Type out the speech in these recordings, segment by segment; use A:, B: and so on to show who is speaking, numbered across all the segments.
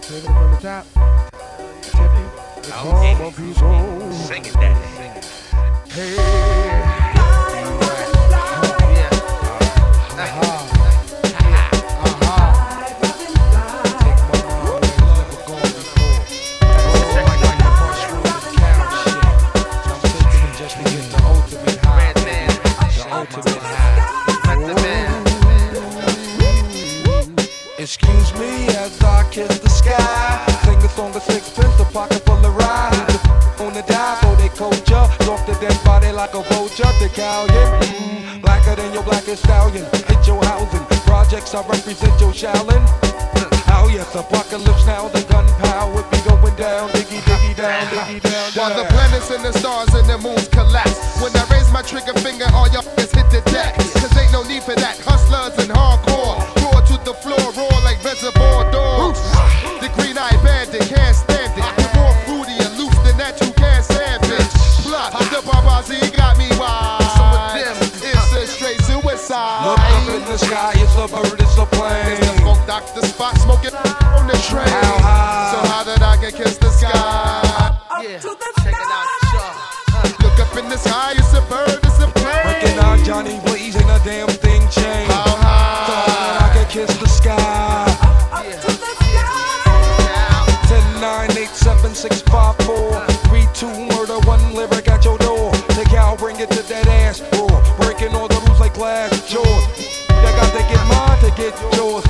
A: Take it from the top. Tippy. It's
B: Okay.
A: all for people.
B: Sing it, daddy. Sing it.
A: Hey.
B: Yeah.
A: Aha. Aha. Take my arm and let it go before. Oh, I like the mushroom and carrot shit. I'm thinking just to get the ultimate high.
B: Red man.
A: The ultimate high.
B: Let the man.
A: Excuse me as I kiss the sky. Sing a song of sixpence, a pocket full of rye. Leave the f- On the dive, oh they culture. Drop the dead body like a vulture. The galleon, mm, blacker than your blackest stallion. Hit your housing, projects I represent your shallon. Oh yes, apocalypse now, the gunpowder be going down. Diggy, diggy down, diggy down.
C: While the
A: down.
C: planets and the stars and the moons collapse. When I raise my trigger finger, all y'all is hit the deck. Cause ain't no need for that. Hustlers and hardcore. Roar to the floor, roar like reservoir dogs. The green eyed bandit can't stand it. The more fruity and loose than that, you can't sandwich. Plot, the paparazzi got me wild. Some of them is a straight
A: Look up in
C: suicide.
A: the sky, it's a bird, it's a plane.
C: It's the funk doctor spot smoking on the train.
A: How high?
C: So how that I can kiss the sky?
B: Yeah. Check it out, y'all. Uh,
C: Look up in the sky, it's a bird, it's a plane.
A: Working on Johnny Blaze, ain't a damn thing changed.
C: How
A: Thought I
C: high?
A: could kiss the sky.
B: now.
A: 10, 9, 8, 7, 6, 5, 4. 3, 2, murder, 1 lyric at your door. The cow, bring it to that ass roar. Breaking all the rules like glass jaws. I got to get mine to get yours.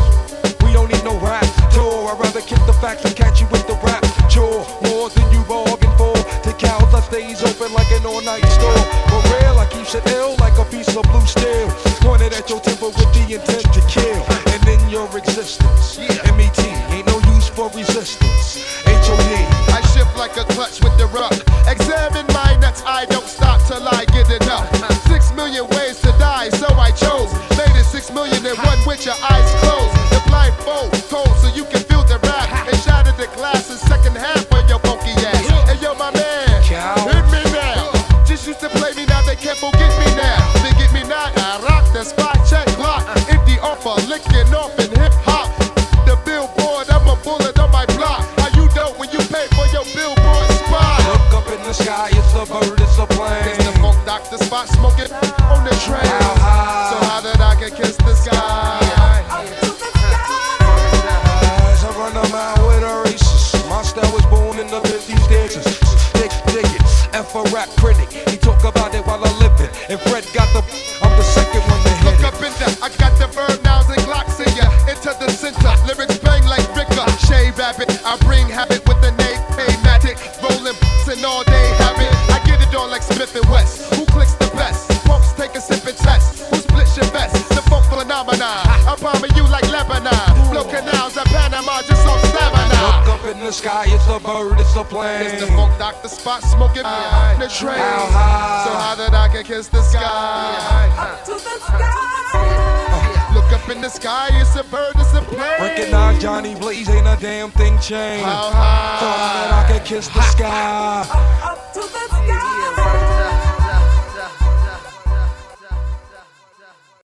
A: We don't need no rap tour. I'd rather kick the facts and catch you with the rap chore. More than you bargained for. The cows that stays open like an all night store. For real, I keep shit ill like a piece of blue steel. Pointed at your temple with the intent to kill. And in your existence,
B: Yeah.
A: MET, ain't no use for resistance. HOD,
C: I shift like a clutch with the ruck. Examine my nuts, I don't stop till I get enough. Six million ways to die, so I chose. Later, six million and one with your eyes closed. The blindfold cold, so you can feel the rap. And shatter the glass in second half of your funky ass. And yo, my man,
A: Cow.
C: hit me now. Just used to play me now, they can't forget me now. They get me now, I rock the spot, check lock. Empty offer, licking off in hip hop. The billboard, I'm a bullet on my block. How you know when you pay for your billboard spot?
A: look up in the sky, it's a bird, it's a plane.
C: It's the funk doctor spot, smoking on the train.
A: How high?
C: So how did I get kiss the sky?
A: As I run them out with a racist. My style was born in the 50s dances. Dick, dig it. F a rap critic. He talk about it while I live it. And Fred got the, I'm the second one to hit
C: Look
A: it.
C: up in the, I got the verb, nouns, and glocks in ya. Into the center, lyrics bang like Ricker. Shave habit, I bring habit with the name, paymatic. Rolling p- and all day habit. I get it on like Smith and West. Who clicks the best? Folks take a sip and test. Who splits your best? The folk phenomenon. I bomber you like Lebanon. Blow canals at Panama just on
A: Look
C: stamina.
A: up in the sky, it's a bird, it's a plane.
C: It's the funk doctor spot smoking on the train.
A: How high?
C: So how that I can kiss the sky? Look up in the sky, it's a bird, it's a plane.
A: Recognize Johnny Blaze, ain't a damn thing changed.
C: How
A: Thought that I
C: high?
A: could kiss the sky.
B: Yeah, right.